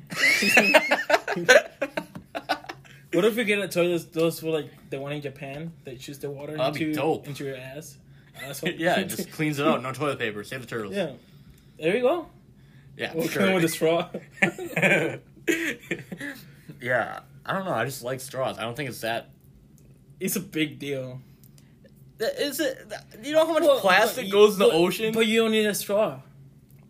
Speaker 2: What if we get a toy that's those for like the one in Japan that shoots the water
Speaker 1: That'd be
Speaker 2: into,
Speaker 1: dope.
Speaker 2: into your ass? Asshole.
Speaker 1: yeah, it just cleans it out. No toilet paper. Save the turtles.
Speaker 2: yeah. There we go.
Speaker 1: yeah
Speaker 2: We'll
Speaker 1: sure.
Speaker 2: come with a straw.
Speaker 1: yeah, I don't know. I just like straws. I don't think it's that
Speaker 2: it's a big deal.
Speaker 1: Is it? You know how much
Speaker 2: Well,
Speaker 1: plastic
Speaker 2: but-
Speaker 1: goes in the
Speaker 2: but-
Speaker 1: ocean? But,
Speaker 2: But you don't need a straw.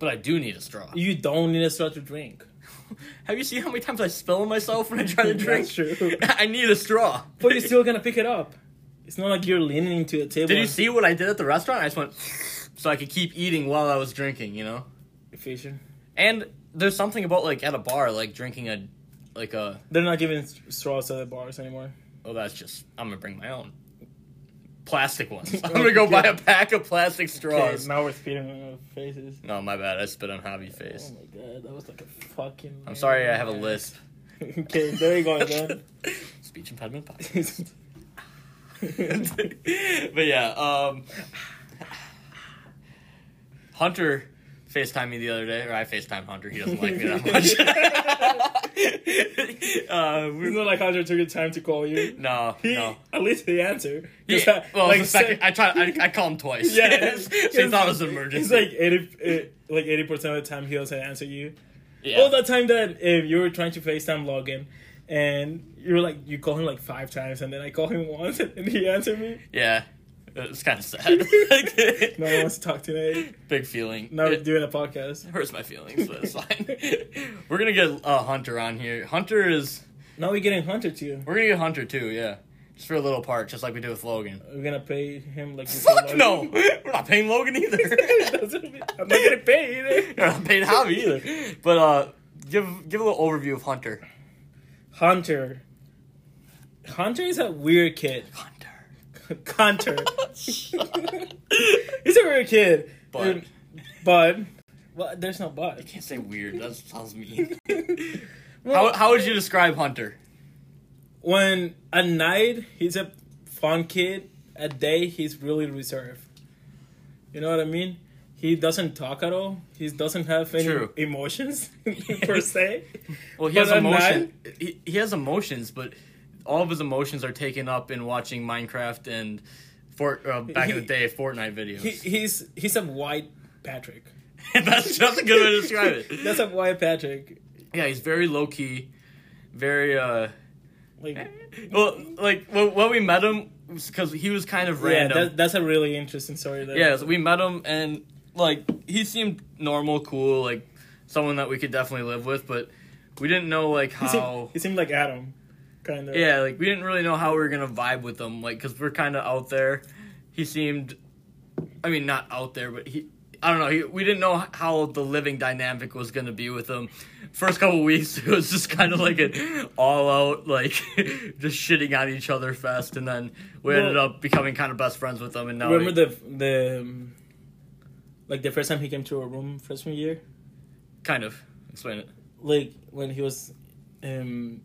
Speaker 1: I do need a straw.
Speaker 2: You don't need a straw to drink.
Speaker 1: Have you seen how many times I spill on myself when I try to drink?
Speaker 2: That's true.
Speaker 1: I need a straw.
Speaker 2: But you're still gonna pick it up. It's not like you're leaning to the table.
Speaker 1: Did you
Speaker 2: and
Speaker 1: see what I did at the restaurant? I just went so I could keep eating while I was drinking. You know.
Speaker 2: fishing?
Speaker 1: And there's something about like at a bar, like drinking a, like a.
Speaker 2: They're not giving s- straws to the bars anymore.
Speaker 1: Oh, that's just. I'm gonna bring my own. Plastic ones. I'm gonna go buy a pack of plastic
Speaker 2: Okay,
Speaker 1: straws.
Speaker 2: now we're spitting on our faces.
Speaker 1: No, my bad. I spit on hobby face.
Speaker 2: Oh my god, that was like a fucking.
Speaker 1: I'm sorry. I have a lisp.
Speaker 2: okay, there you go again.
Speaker 1: Speech impediment podcast. but yeah, um, Hunter FaceTimed me the other day, or I FaceTimed Hunter. He doesn't like me that much. uh,
Speaker 2: it's
Speaker 1: we,
Speaker 2: not like Hunter took the time to call you.
Speaker 1: no,
Speaker 2: He,
Speaker 1: no.
Speaker 2: At least he answered.
Speaker 1: Yeah,
Speaker 2: Just ha-
Speaker 1: well, like
Speaker 2: say-
Speaker 1: second, I tried. I, I called him twice.
Speaker 2: Yeah,
Speaker 1: so he thought it was an emergency.
Speaker 2: It's like eighty, eh, like eighty percent of the time he doesn't answer you.
Speaker 1: yeah.
Speaker 2: All that time that if you were trying to FaceTime login, and you were like you call him like five times, and then I call him once, and he answered me.
Speaker 1: yeah. It's kind of sad.
Speaker 2: No one wants to talk today.
Speaker 1: Big feeling.
Speaker 2: Now
Speaker 1: It-
Speaker 2: we're doing a podcast.
Speaker 1: hurts my feelings, but it's fine. we're gonna get uh, Hunter on here. Hunter is
Speaker 2: Now we're getting Hunter to you.
Speaker 1: we're gonna get Hunter too, yeah, just for a little part, just like we did with Logan.
Speaker 2: We're gonna pay him like. we pay
Speaker 1: Fuck
Speaker 2: Logan.
Speaker 1: no, we're not paying Logan either.
Speaker 2: That's what I mean. I'm not gonna pay either.
Speaker 1: we're not paying Javi either. But uh, give give a little overview of Hunter.
Speaker 2: Hunter. Hunter is a weird kid.
Speaker 1: Hunter.
Speaker 2: Hunter.
Speaker 1: Oh,
Speaker 2: He's a weird kid.
Speaker 1: But
Speaker 2: Um, But, well, there's no but.
Speaker 1: can't say weird. That sounds mean. how how would you describe Hunter?
Speaker 2: When at night he's a fun kid, at day he's really reserved. You know what I mean? He doesn't talk at all. He doesn't have any
Speaker 1: True.
Speaker 2: emotions per se.
Speaker 1: Well, he
Speaker 2: But
Speaker 1: has
Speaker 2: at
Speaker 1: emotion. He, he has emotions, but all of his emotions are taken up in watching Minecraft and. Fort, uh, back in the
Speaker 2: He-
Speaker 1: day, Fortnite videos.
Speaker 2: He, he's he's a white Patrick.
Speaker 1: that's, that's a good way to describe it.
Speaker 2: That's a white Patrick.
Speaker 1: yeah, he's very low key, very uh.
Speaker 2: Like
Speaker 1: Well, like when, when we met him, because he was kind of
Speaker 2: Yeah,
Speaker 1: random.
Speaker 2: that, that's a really interesting story. There.
Speaker 1: Yeah, so we met him and like he seemed normal, cool, like someone that we could definitely live with, but we didn't know like
Speaker 2: he seemed,
Speaker 1: how.
Speaker 2: he seemed like Adam, kind of.
Speaker 1: Yeah, like we didn't really know how we were gonna vibe with him, like because we're kind of out there. He seemed, I mean, not out there, but he. I don't know. He, we didn't know how the living dynamic was going to be with him. First couple weeks, it was just kind of like an all out, like just shitting on each other fest. And then we ended
Speaker 2: Well-
Speaker 1: up becoming kind of best friends with him. And now,
Speaker 2: Remember the the um, like the first time he came to our room freshman year,
Speaker 1: the- kind of explain it.
Speaker 2: like when he was, um,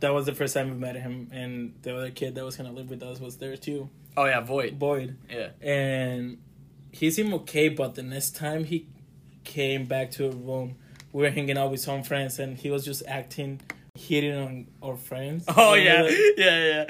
Speaker 2: that was the first time we met him, and the other kid that was gonna live with us was there too,
Speaker 1: Oh yeah, Void.
Speaker 2: Boyd,
Speaker 1: Yeah,
Speaker 2: and he seemed okay, but the next time he came back to our room, we were hanging out with some friends, and he was just acting. Hitting on our friends.
Speaker 1: Oh yeah,
Speaker 2: Remember that?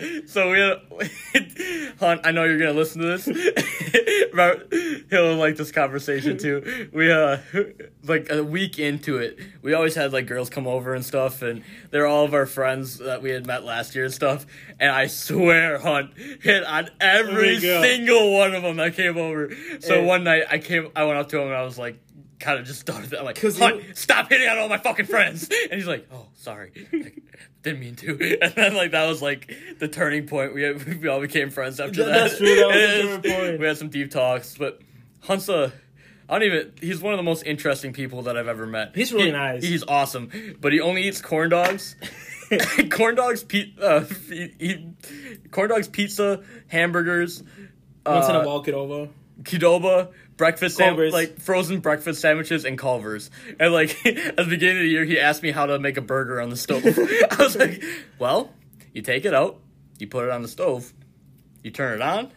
Speaker 1: yeah, yeah. So we, had, Hunt. I know you're gonna listen to this. Robert, he'll like this conversation too. We uh, like a week into it, we always had like girls come over and stuff, and they're all of our friends that we had met last year and stuff. And I swear, Hunt hit on every
Speaker 2: Every girl.
Speaker 1: single one of them that came over. So
Speaker 2: And-
Speaker 1: one night, I came, I went up to him and I was like. kind of just started that. I'm like,
Speaker 2: 'Cause
Speaker 1: "Hun,
Speaker 2: you-
Speaker 1: stop hitting on all my fucking friends. And he's like, oh, sorry, like, didn't mean to. And then like that was like the turning point. We had, we all became friends after
Speaker 2: That-
Speaker 1: that.
Speaker 2: that's true, that was the
Speaker 1: It is-
Speaker 2: turning point.
Speaker 1: We had some deep talks, but Hunsa. I don't even. He's one of the most interesting people that I've ever met.
Speaker 2: He's really
Speaker 1: He-
Speaker 2: nice.
Speaker 1: He's awesome, but he only eats corn dogs. corn dogs, pe- uh, he, he, corn dogs, pizza, hamburgers,
Speaker 2: Once in
Speaker 1: uh,
Speaker 2: a walk it over.
Speaker 1: Qdoba breakfast sam-
Speaker 2: Culver's.
Speaker 1: like frozen breakfast sandwiches and Culver's. And like at the beginning of the year, he asked me how to make a burger on the stove. I was like, "Well, you take it out, you put it on the stove, you turn it on,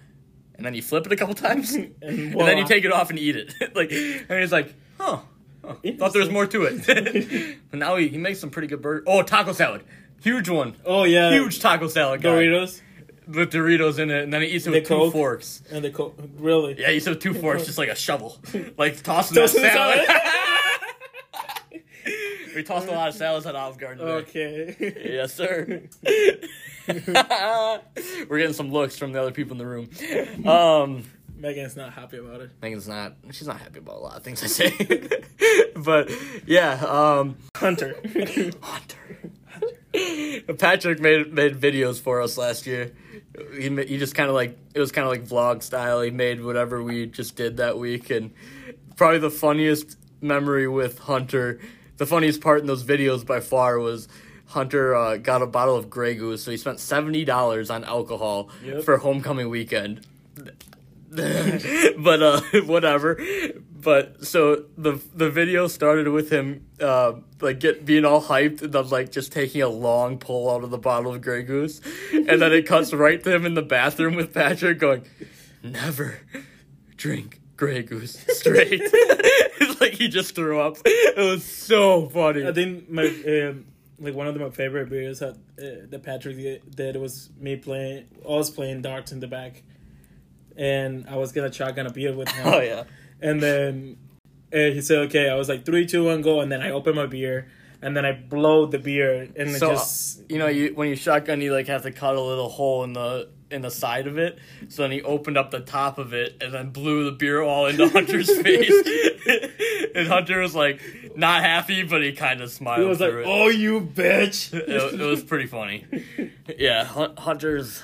Speaker 1: and then you flip it a couple times, and, then
Speaker 2: voila.
Speaker 1: you take it off and eat it." like, and he's like, "Huh." huh, Thought there was more to it, but now he, he makes some pretty good burger. Oh, taco salad, huge one,
Speaker 2: Oh yeah,
Speaker 1: huge taco salad, guy,
Speaker 2: Doritos
Speaker 1: with Doritos in it, and then he eats it with two
Speaker 2: Coke.
Speaker 1: forks.
Speaker 2: and the co- really.
Speaker 1: Yeah, you said two forks, just like a shovel, like tossing that
Speaker 2: Tossing the
Speaker 1: salad. we tossed a lot of salads at Olive Garden. today.
Speaker 2: Okay.
Speaker 1: Yes, sir. We're getting some looks from the other people in the room. Um,
Speaker 2: Megan's not happy about it.
Speaker 1: Megan's not. She's not happy about a lot of things I say. but yeah, um,
Speaker 2: Hunter.
Speaker 1: Hunter. Patrick made made videos for us last year. He ma- he just kind of like it was kind of like vlog style. He made whatever we just did that week, and probably the funniest memory with Hunter. The funniest part in those videos by far was Hunter uh, got a bottle of Grey Goose, so he spent seventy dollars on alcohol
Speaker 2: Yep.
Speaker 1: for homecoming weekend. but uh, whatever. But so the the video started with him uh, like get being all hyped and then like just taking a long pull out of the bottle of Grey Goose, and then it cuts right to him in the bathroom with Patrick going, "Never drink Grey Goose straight." it's like he just threw up. It was so funny.
Speaker 2: I think my um, like one of my favorite videos that uh, that Patrick did- did was me playing, I was playing darts in the back, and I was gonna shotgun a beer with him.
Speaker 1: oh yeah.
Speaker 2: And then uh, he said, "Okay." I was like, three, two, one, go!" And then I open my beer, and then I blow the beer, and it
Speaker 1: So, uh,
Speaker 2: just
Speaker 1: you know, you when you shotgun, you like have to cut a little hole in the in the side of it. So then he opened up the top of it and then blew the beer all into Hunter's face. and Hunter was like not happy, but he kind of
Speaker 2: it
Speaker 1: smiled.
Speaker 2: was like,
Speaker 1: through it.
Speaker 2: "Oh, you bitch!"
Speaker 1: It, it was pretty funny. Yeah, Hun- Hunter's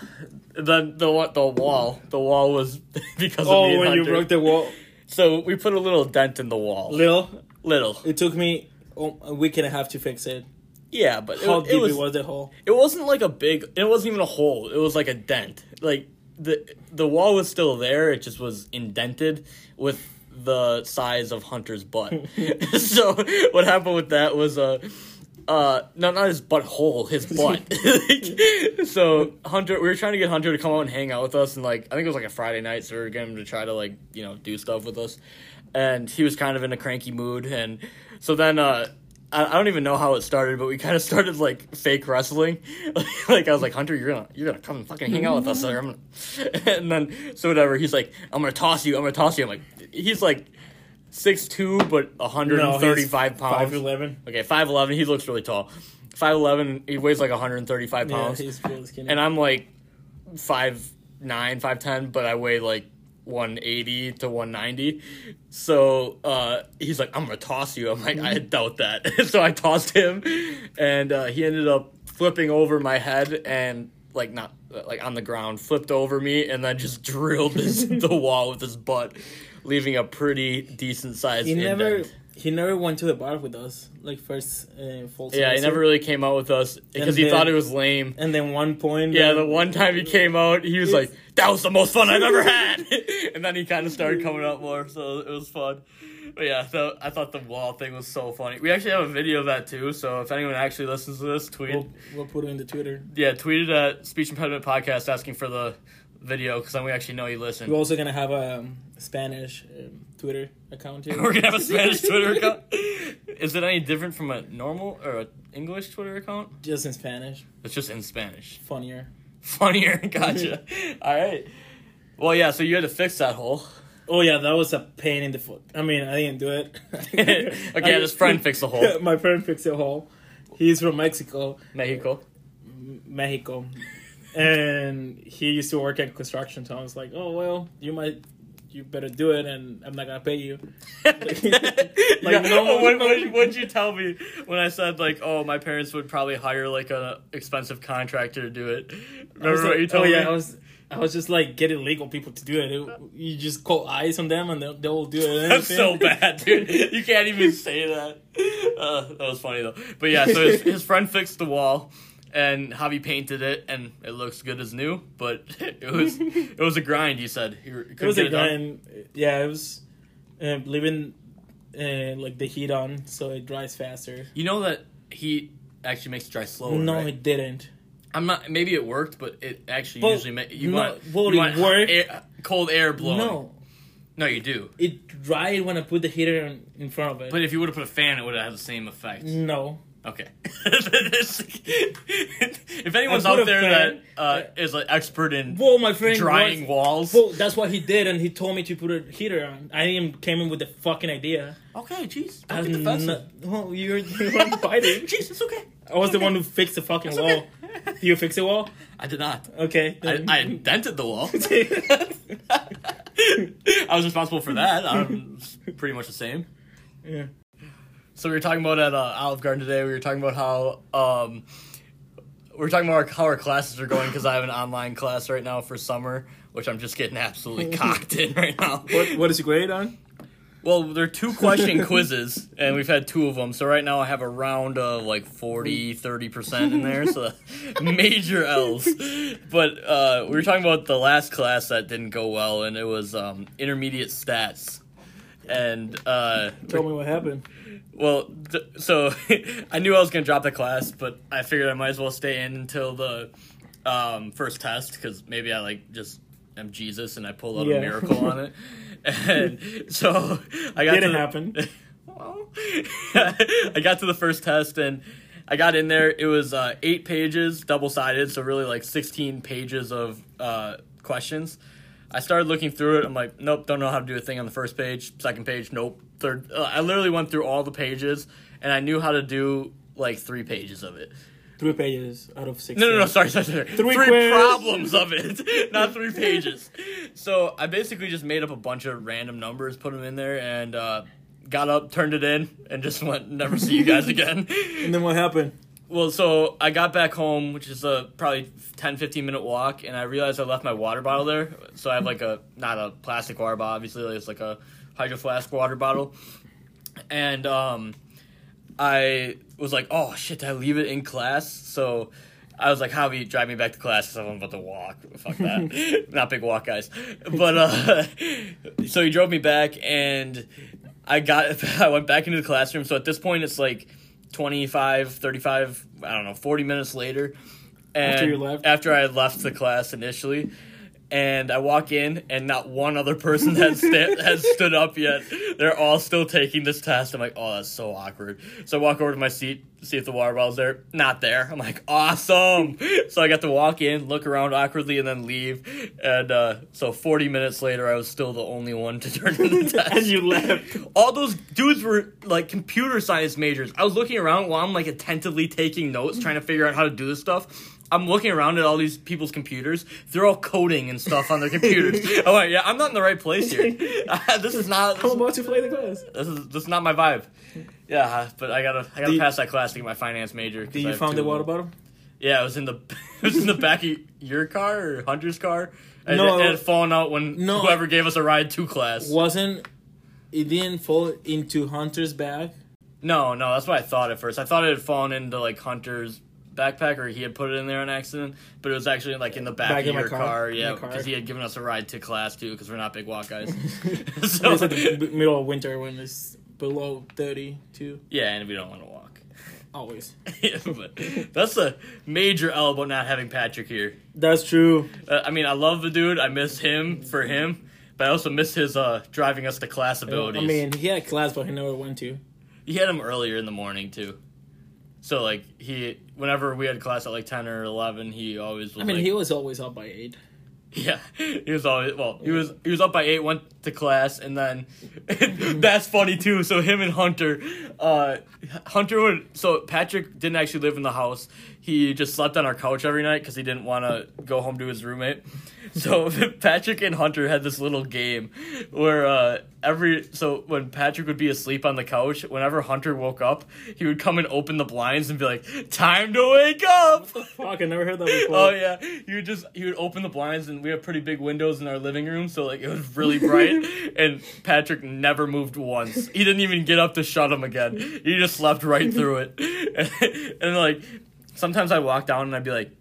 Speaker 1: the the wa- the wall. The wall was because of
Speaker 2: oh,
Speaker 1: me and
Speaker 2: when you
Speaker 1: Hunter.
Speaker 2: broke the wall,
Speaker 1: So we put a little dent in the wall.
Speaker 2: Lil.
Speaker 1: little.
Speaker 2: It took me oh, a week and a half to fix it.
Speaker 1: Yeah, but it,
Speaker 2: How
Speaker 1: it
Speaker 2: deep
Speaker 1: was
Speaker 2: it was the hole?
Speaker 1: It wasn't like a big. It wasn't even a hole. It was like a dent. Like the the wall was still there. It just was indented with the size of Hunter's butt. so what happened with that was uh uh no not his butt hole his butt. Like, so Hunter, we were trying to get Hunter to come out and hang out with us, and like I think it was like a Friday night, so we were getting him to try to like you know do stuff with us, and he was kind of in a cranky mood, and so then uh. I I don't even know how it started, but we kind of started like fake wrestling. like I was like, Hunter, you're gonna you're gonna come and fucking hang out with us, or I'm gonna... and then so whatever. He's like, I'm gonna toss you, I'm gonna toss you. I'm like, he's like six two, but 135 pounds.
Speaker 2: Five eleven.
Speaker 1: Okay, five eleven. He looks really tall. Five eleven. He weighs like one hundred and thirty five
Speaker 2: Yeah,
Speaker 1: pounds,
Speaker 2: he's really skinny.
Speaker 1: and I'm like five nine, five ten, but I weigh like one eighty to one ninety. So uh, he's like, "I'm gonna toss you." I'm like, "I
Speaker 2: Mm-hmm.
Speaker 1: doubt that." so I tossed him, and uh, he ended up flipping over my head and like not like on the ground, flipped over me, and then just drilled his, the wall with his butt, leaving a pretty decent sized.
Speaker 2: he
Speaker 1: indent.
Speaker 2: never he never went to the bar with us like first uh, full
Speaker 1: Yeah, he
Speaker 2: semester.
Speaker 1: never really came out with us because he
Speaker 2: then-
Speaker 1: thought it was lame.
Speaker 2: and then one point
Speaker 1: Yeah,
Speaker 2: um,
Speaker 1: the one time he came out, he was like, "That was the most fun I've ever had," and then he kind of started coming out more, so it was fun. But yeah, so I thought the wall thing was so funny. We actually have a video of that too, so if anyone actually listens to this, tweet
Speaker 2: we'll, we'll put it in the Twitter.
Speaker 1: yeah, tweeted at Speech Impediment Podcast asking for the video because then we actually know you listen.
Speaker 2: We're also gonna have a um, Spanish um, Twitter account here.
Speaker 1: We're gonna have a Spanish Twitter account. Is it any different from a normal or an English Twitter account?
Speaker 2: just in Spanish,
Speaker 1: It's just in Spanish.
Speaker 2: funnier.
Speaker 1: funnier. Gotcha. All right. Well, yeah. So you had to fix that hole.
Speaker 2: Oh yeah, that was a pain in the foot. I mean, I didn't do it.
Speaker 1: Again, his friend fixed the hole.
Speaker 2: My friend fixed the hole. He's from Mexico,
Speaker 1: Mexico.
Speaker 2: Mexico, and he used to work at construction. So I was like, oh well, you might you better do it, and I'm not gonna pay you.
Speaker 1: like,
Speaker 2: no one-
Speaker 1: what, what, what'd you tell me when I said like, oh, my parents would probably hire like a expensive contractor to do it?
Speaker 2: I was
Speaker 1: Remember what
Speaker 2: like,
Speaker 1: you told
Speaker 2: oh,
Speaker 1: me?
Speaker 2: Yeah, I was, I was just like getting legal people to do it. It- You just call eyes on them, and they'll, they'll do it.
Speaker 1: That's so bad, dude. You can't even say that. Uh, that was funny though. But yeah, so his, his friend fixed the wall, and Javi painted it, and it looks good as new. But it was it was a grind. He said he couldn't
Speaker 2: It was
Speaker 1: get
Speaker 2: a
Speaker 1: it done.
Speaker 2: guy, and yeah, it was uh, leaving uh, like the heat on, so it dries faster.
Speaker 1: You know that heat actually makes it dry slower.
Speaker 2: no,
Speaker 1: Oh, right?
Speaker 2: it didn't.
Speaker 1: I'm not. Maybe it worked, but it actually
Speaker 2: Well,
Speaker 1: usually ma- you
Speaker 2: no,
Speaker 1: want
Speaker 2: well,
Speaker 1: you
Speaker 2: it
Speaker 1: want
Speaker 2: worked.
Speaker 1: air- cold air blowing.
Speaker 2: No,
Speaker 1: no, you do.
Speaker 2: it dried when I put the heater in, in front of it.
Speaker 1: But if you would have put a fan, it would have had the same effect.
Speaker 2: no,
Speaker 1: Okay. if anyone's
Speaker 2: I put
Speaker 1: out
Speaker 2: a
Speaker 1: there that
Speaker 2: fan-
Speaker 1: uh, is an expert in
Speaker 2: well, my friend
Speaker 1: drying walls,
Speaker 2: was- Well, that's what he did, and he told me to put a heater on. I even came in with the fucking idea.
Speaker 1: okay, jeez,
Speaker 2: I
Speaker 1: don't get
Speaker 2: have
Speaker 1: defensive.
Speaker 2: no- oh, you're the one fighting.
Speaker 1: Jeez, it's okay.
Speaker 2: I was the one who fixed the fucking
Speaker 1: It's
Speaker 2: wall.
Speaker 1: okay.
Speaker 2: Do you fix the wall?
Speaker 1: I did not.
Speaker 2: Okay.
Speaker 1: I,
Speaker 2: then.
Speaker 1: I indented the wall. I was responsible for that. I'm pretty much the same.
Speaker 2: yeah.
Speaker 1: So we were talking about at uh, Olive Garden today. We were talking about how um, we we're talking about our, how our classes are going because I have an online class right now for summer, which I'm just getting absolutely cocked in right now.
Speaker 2: What What is your grade on?
Speaker 1: Well, there are two question quizzes, and we've had two of them. So right now I have a round of like 40, 30% in there. So major L's. But uh, we were talking about the last class that didn't go well, and it was um, intermediate stats. And uh,
Speaker 2: Tell me what happened.
Speaker 1: well, th- so I knew I was going to drop the class, but I figured I might as well stay in until the um, first test because maybe I like just am Jesus and I pull out a
Speaker 2: Yeah.
Speaker 1: miracle on it. And so I got
Speaker 2: Didn't
Speaker 1: to the-
Speaker 2: happen.
Speaker 1: Well, I got to the first test and I got in there. It was uh, eight pages, double sided, so really like 16 pages of uh, questions. I started looking through it. I'm like, nope, don't know how to do a thing on the first page. Second page, nope. Third, uh, I literally went through all the pages and I knew how to do like three pages of it.
Speaker 2: Three pages out of six.
Speaker 1: No, no, no. Sorry, sorry, sorry. Three,
Speaker 2: quiz.
Speaker 1: problems of it, not three pages. So I basically just made up a bunch of random numbers, put them in there, and uh, got up, turned it in, and just went. Never see you guys again.
Speaker 2: And then what happened?
Speaker 1: well, so I got back home, which is a probably 10, 15 minute walk, and I realized I left my water bottle there. So I have like a not a plastic water bottle, obviously. It's like a hydro flask water bottle, and um. I was like, oh shit, did I leave it in class? So I was like, Javi, drive me back to class because I'm about to walk. Fuck that. Not big walk, guys. But uh, so he drove me back and I got, I went back into the classroom. So at this point, it's like 25, 35, I don't know, 40 minutes later. And
Speaker 2: After you left?
Speaker 1: After I had left the class initially. And I walk in, and not one other person has, sta- has stood up yet. They're all still taking this test. I'm like, oh, that's so awkward. So I walk over to my seat, see if the water bottle's there. Not there. I'm like, awesome. so I got to walk in, look around awkwardly, and then leave. And uh, so 40 minutes later, I was still the only one to turn in the test.
Speaker 2: As you left.
Speaker 1: All those dudes were like computer science majors. I was looking around while I'm like attentively taking notes, trying to figure out how to do this stuff. I'm looking around at all these people's computers. They're all coding and stuff on their computers. oh like, yeah, I'm not in the right place here. this is not
Speaker 2: I'm about to play the class.
Speaker 1: this is this is not my vibe. Yeah, but I gotta I gotta
Speaker 2: Do you-
Speaker 1: pass that class to get my finance major. 'cause
Speaker 2: Did
Speaker 1: I
Speaker 2: you
Speaker 1: have
Speaker 2: find the
Speaker 1: two.
Speaker 2: water bottle?
Speaker 1: Yeah, it was in the it was in the back of your car or Hunter's car. And
Speaker 2: No.
Speaker 1: it, it had fallen out when
Speaker 2: No.
Speaker 1: whoever gave us a ride to class.
Speaker 2: Wasn't it didn't fall into Hunter's bag?
Speaker 1: No, no, that's what I thought at first. I thought it had fallen into like Hunter's backpack or he had put it in there on accident, but it was actually like in the back,
Speaker 2: Back
Speaker 1: of
Speaker 2: in my
Speaker 1: your car.
Speaker 2: car. In
Speaker 1: yeah,
Speaker 2: my car.
Speaker 1: because he had given us a ride to class too, because we're not big walk guys.
Speaker 2: It
Speaker 1: so
Speaker 2: was at the b- middle of winter when it's below thirty-two.
Speaker 1: yeah, and we don't want to walk.
Speaker 2: Always.
Speaker 1: Yeah, but that's a major L about not having Patrick here.
Speaker 2: That's true.
Speaker 1: Uh, I mean, I love the dude. I miss him for him, but I also miss his uh, driving us to class abilities.
Speaker 2: I mean, he had class, but he never went to.
Speaker 1: He had him earlier in the morning too. So like he, whenever we had class at like ten or eleven, he always. Was
Speaker 2: I mean,
Speaker 1: like,
Speaker 2: he was always up by eight.
Speaker 1: Yeah, he was always well. He was he was up by eight. Went to class, and then that's funny too. So him and Hunter, uh, Hunter would. So Patrick didn't actually live in the house. He just slept on our couch every night because he didn't want to go home to his roommate. So Patrick and Hunter had this little game where uh, every so when Patrick would be asleep on the couch, whenever Hunter woke up, he would come and open the blinds and be like, "Time to wake up."
Speaker 2: Fuck, I never heard that before.
Speaker 1: Oh yeah, he would just he would open the blinds and we have pretty big windows in our living room, so like it was really bright. and Patrick never moved once. He didn't even get up to shut him again. He just slept right through it. and like sometimes I'd walk down and I'd be like,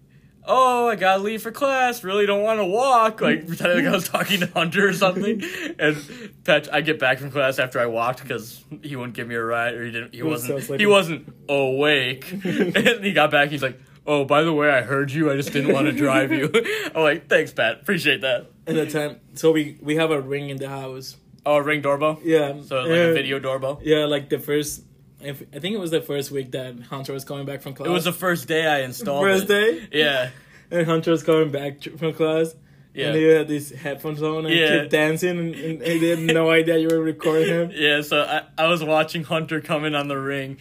Speaker 1: "Oh, I gotta leave for class. Really don't want to walk." Like pretending like I was talking to Hunter or something. And Pat, I get back from class after I walked because he wouldn't give me a ride or he didn't. He
Speaker 2: was so
Speaker 1: wasn't.
Speaker 2: sleepy.
Speaker 1: he wasn't awake. and he got back. He's like. Oh, by the way, I heard you. I just didn't want to drive you. I'm like, thanks, Pat. Appreciate that.
Speaker 2: At that time, so we we have a ring in the house.
Speaker 1: Oh, ring doorbell.
Speaker 2: Yeah.
Speaker 1: So like
Speaker 2: yeah.
Speaker 1: a video doorbell.
Speaker 2: Yeah, like the first. If, I think it was the first week that Hunter was coming back from class.
Speaker 1: It was the first day I installed
Speaker 2: first
Speaker 1: it.
Speaker 2: day,
Speaker 1: Yeah,
Speaker 2: and Hunter was coming back tr- from class. And he
Speaker 1: yeah,
Speaker 2: had these headphones on and
Speaker 1: Yeah.
Speaker 2: kept dancing, and, and he had no idea you were recording him.
Speaker 1: yeah. So I, I was watching Hunter come in on the ring,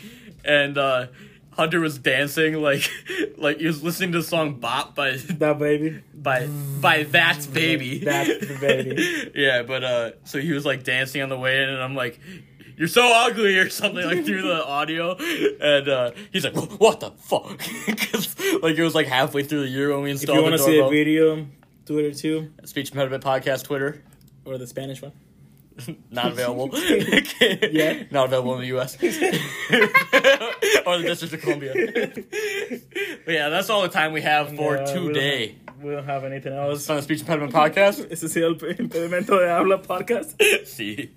Speaker 1: and uh, Hunter was dancing like like he was listening to the song "Bop" by
Speaker 2: That baby.
Speaker 1: by by that baby.
Speaker 2: That's the baby.
Speaker 1: yeah, but uh, so he was like dancing on the way in, and I'm like, "You're so ugly" or something like through the audio, and uh, he's like, "What the fuck?" 'Cause, like it was like halfway through the year when we
Speaker 2: If
Speaker 1: installed
Speaker 2: you want
Speaker 1: the
Speaker 2: to see the
Speaker 1: doorbell.
Speaker 2: video, Twitter too,
Speaker 1: Speech impediment podcast Twitter.
Speaker 2: or the Spanish one.
Speaker 1: Not available.
Speaker 2: Yeah.
Speaker 1: Not available in the U.S. or the District of Columbia. But yeah, that's all the time we have for
Speaker 2: Yeah, we don't
Speaker 1: today.
Speaker 2: We don't have anything else.
Speaker 1: It's on the Speech Impediment Podcast.
Speaker 2: Ese ha sido el impedimento de habla podcast.
Speaker 1: See.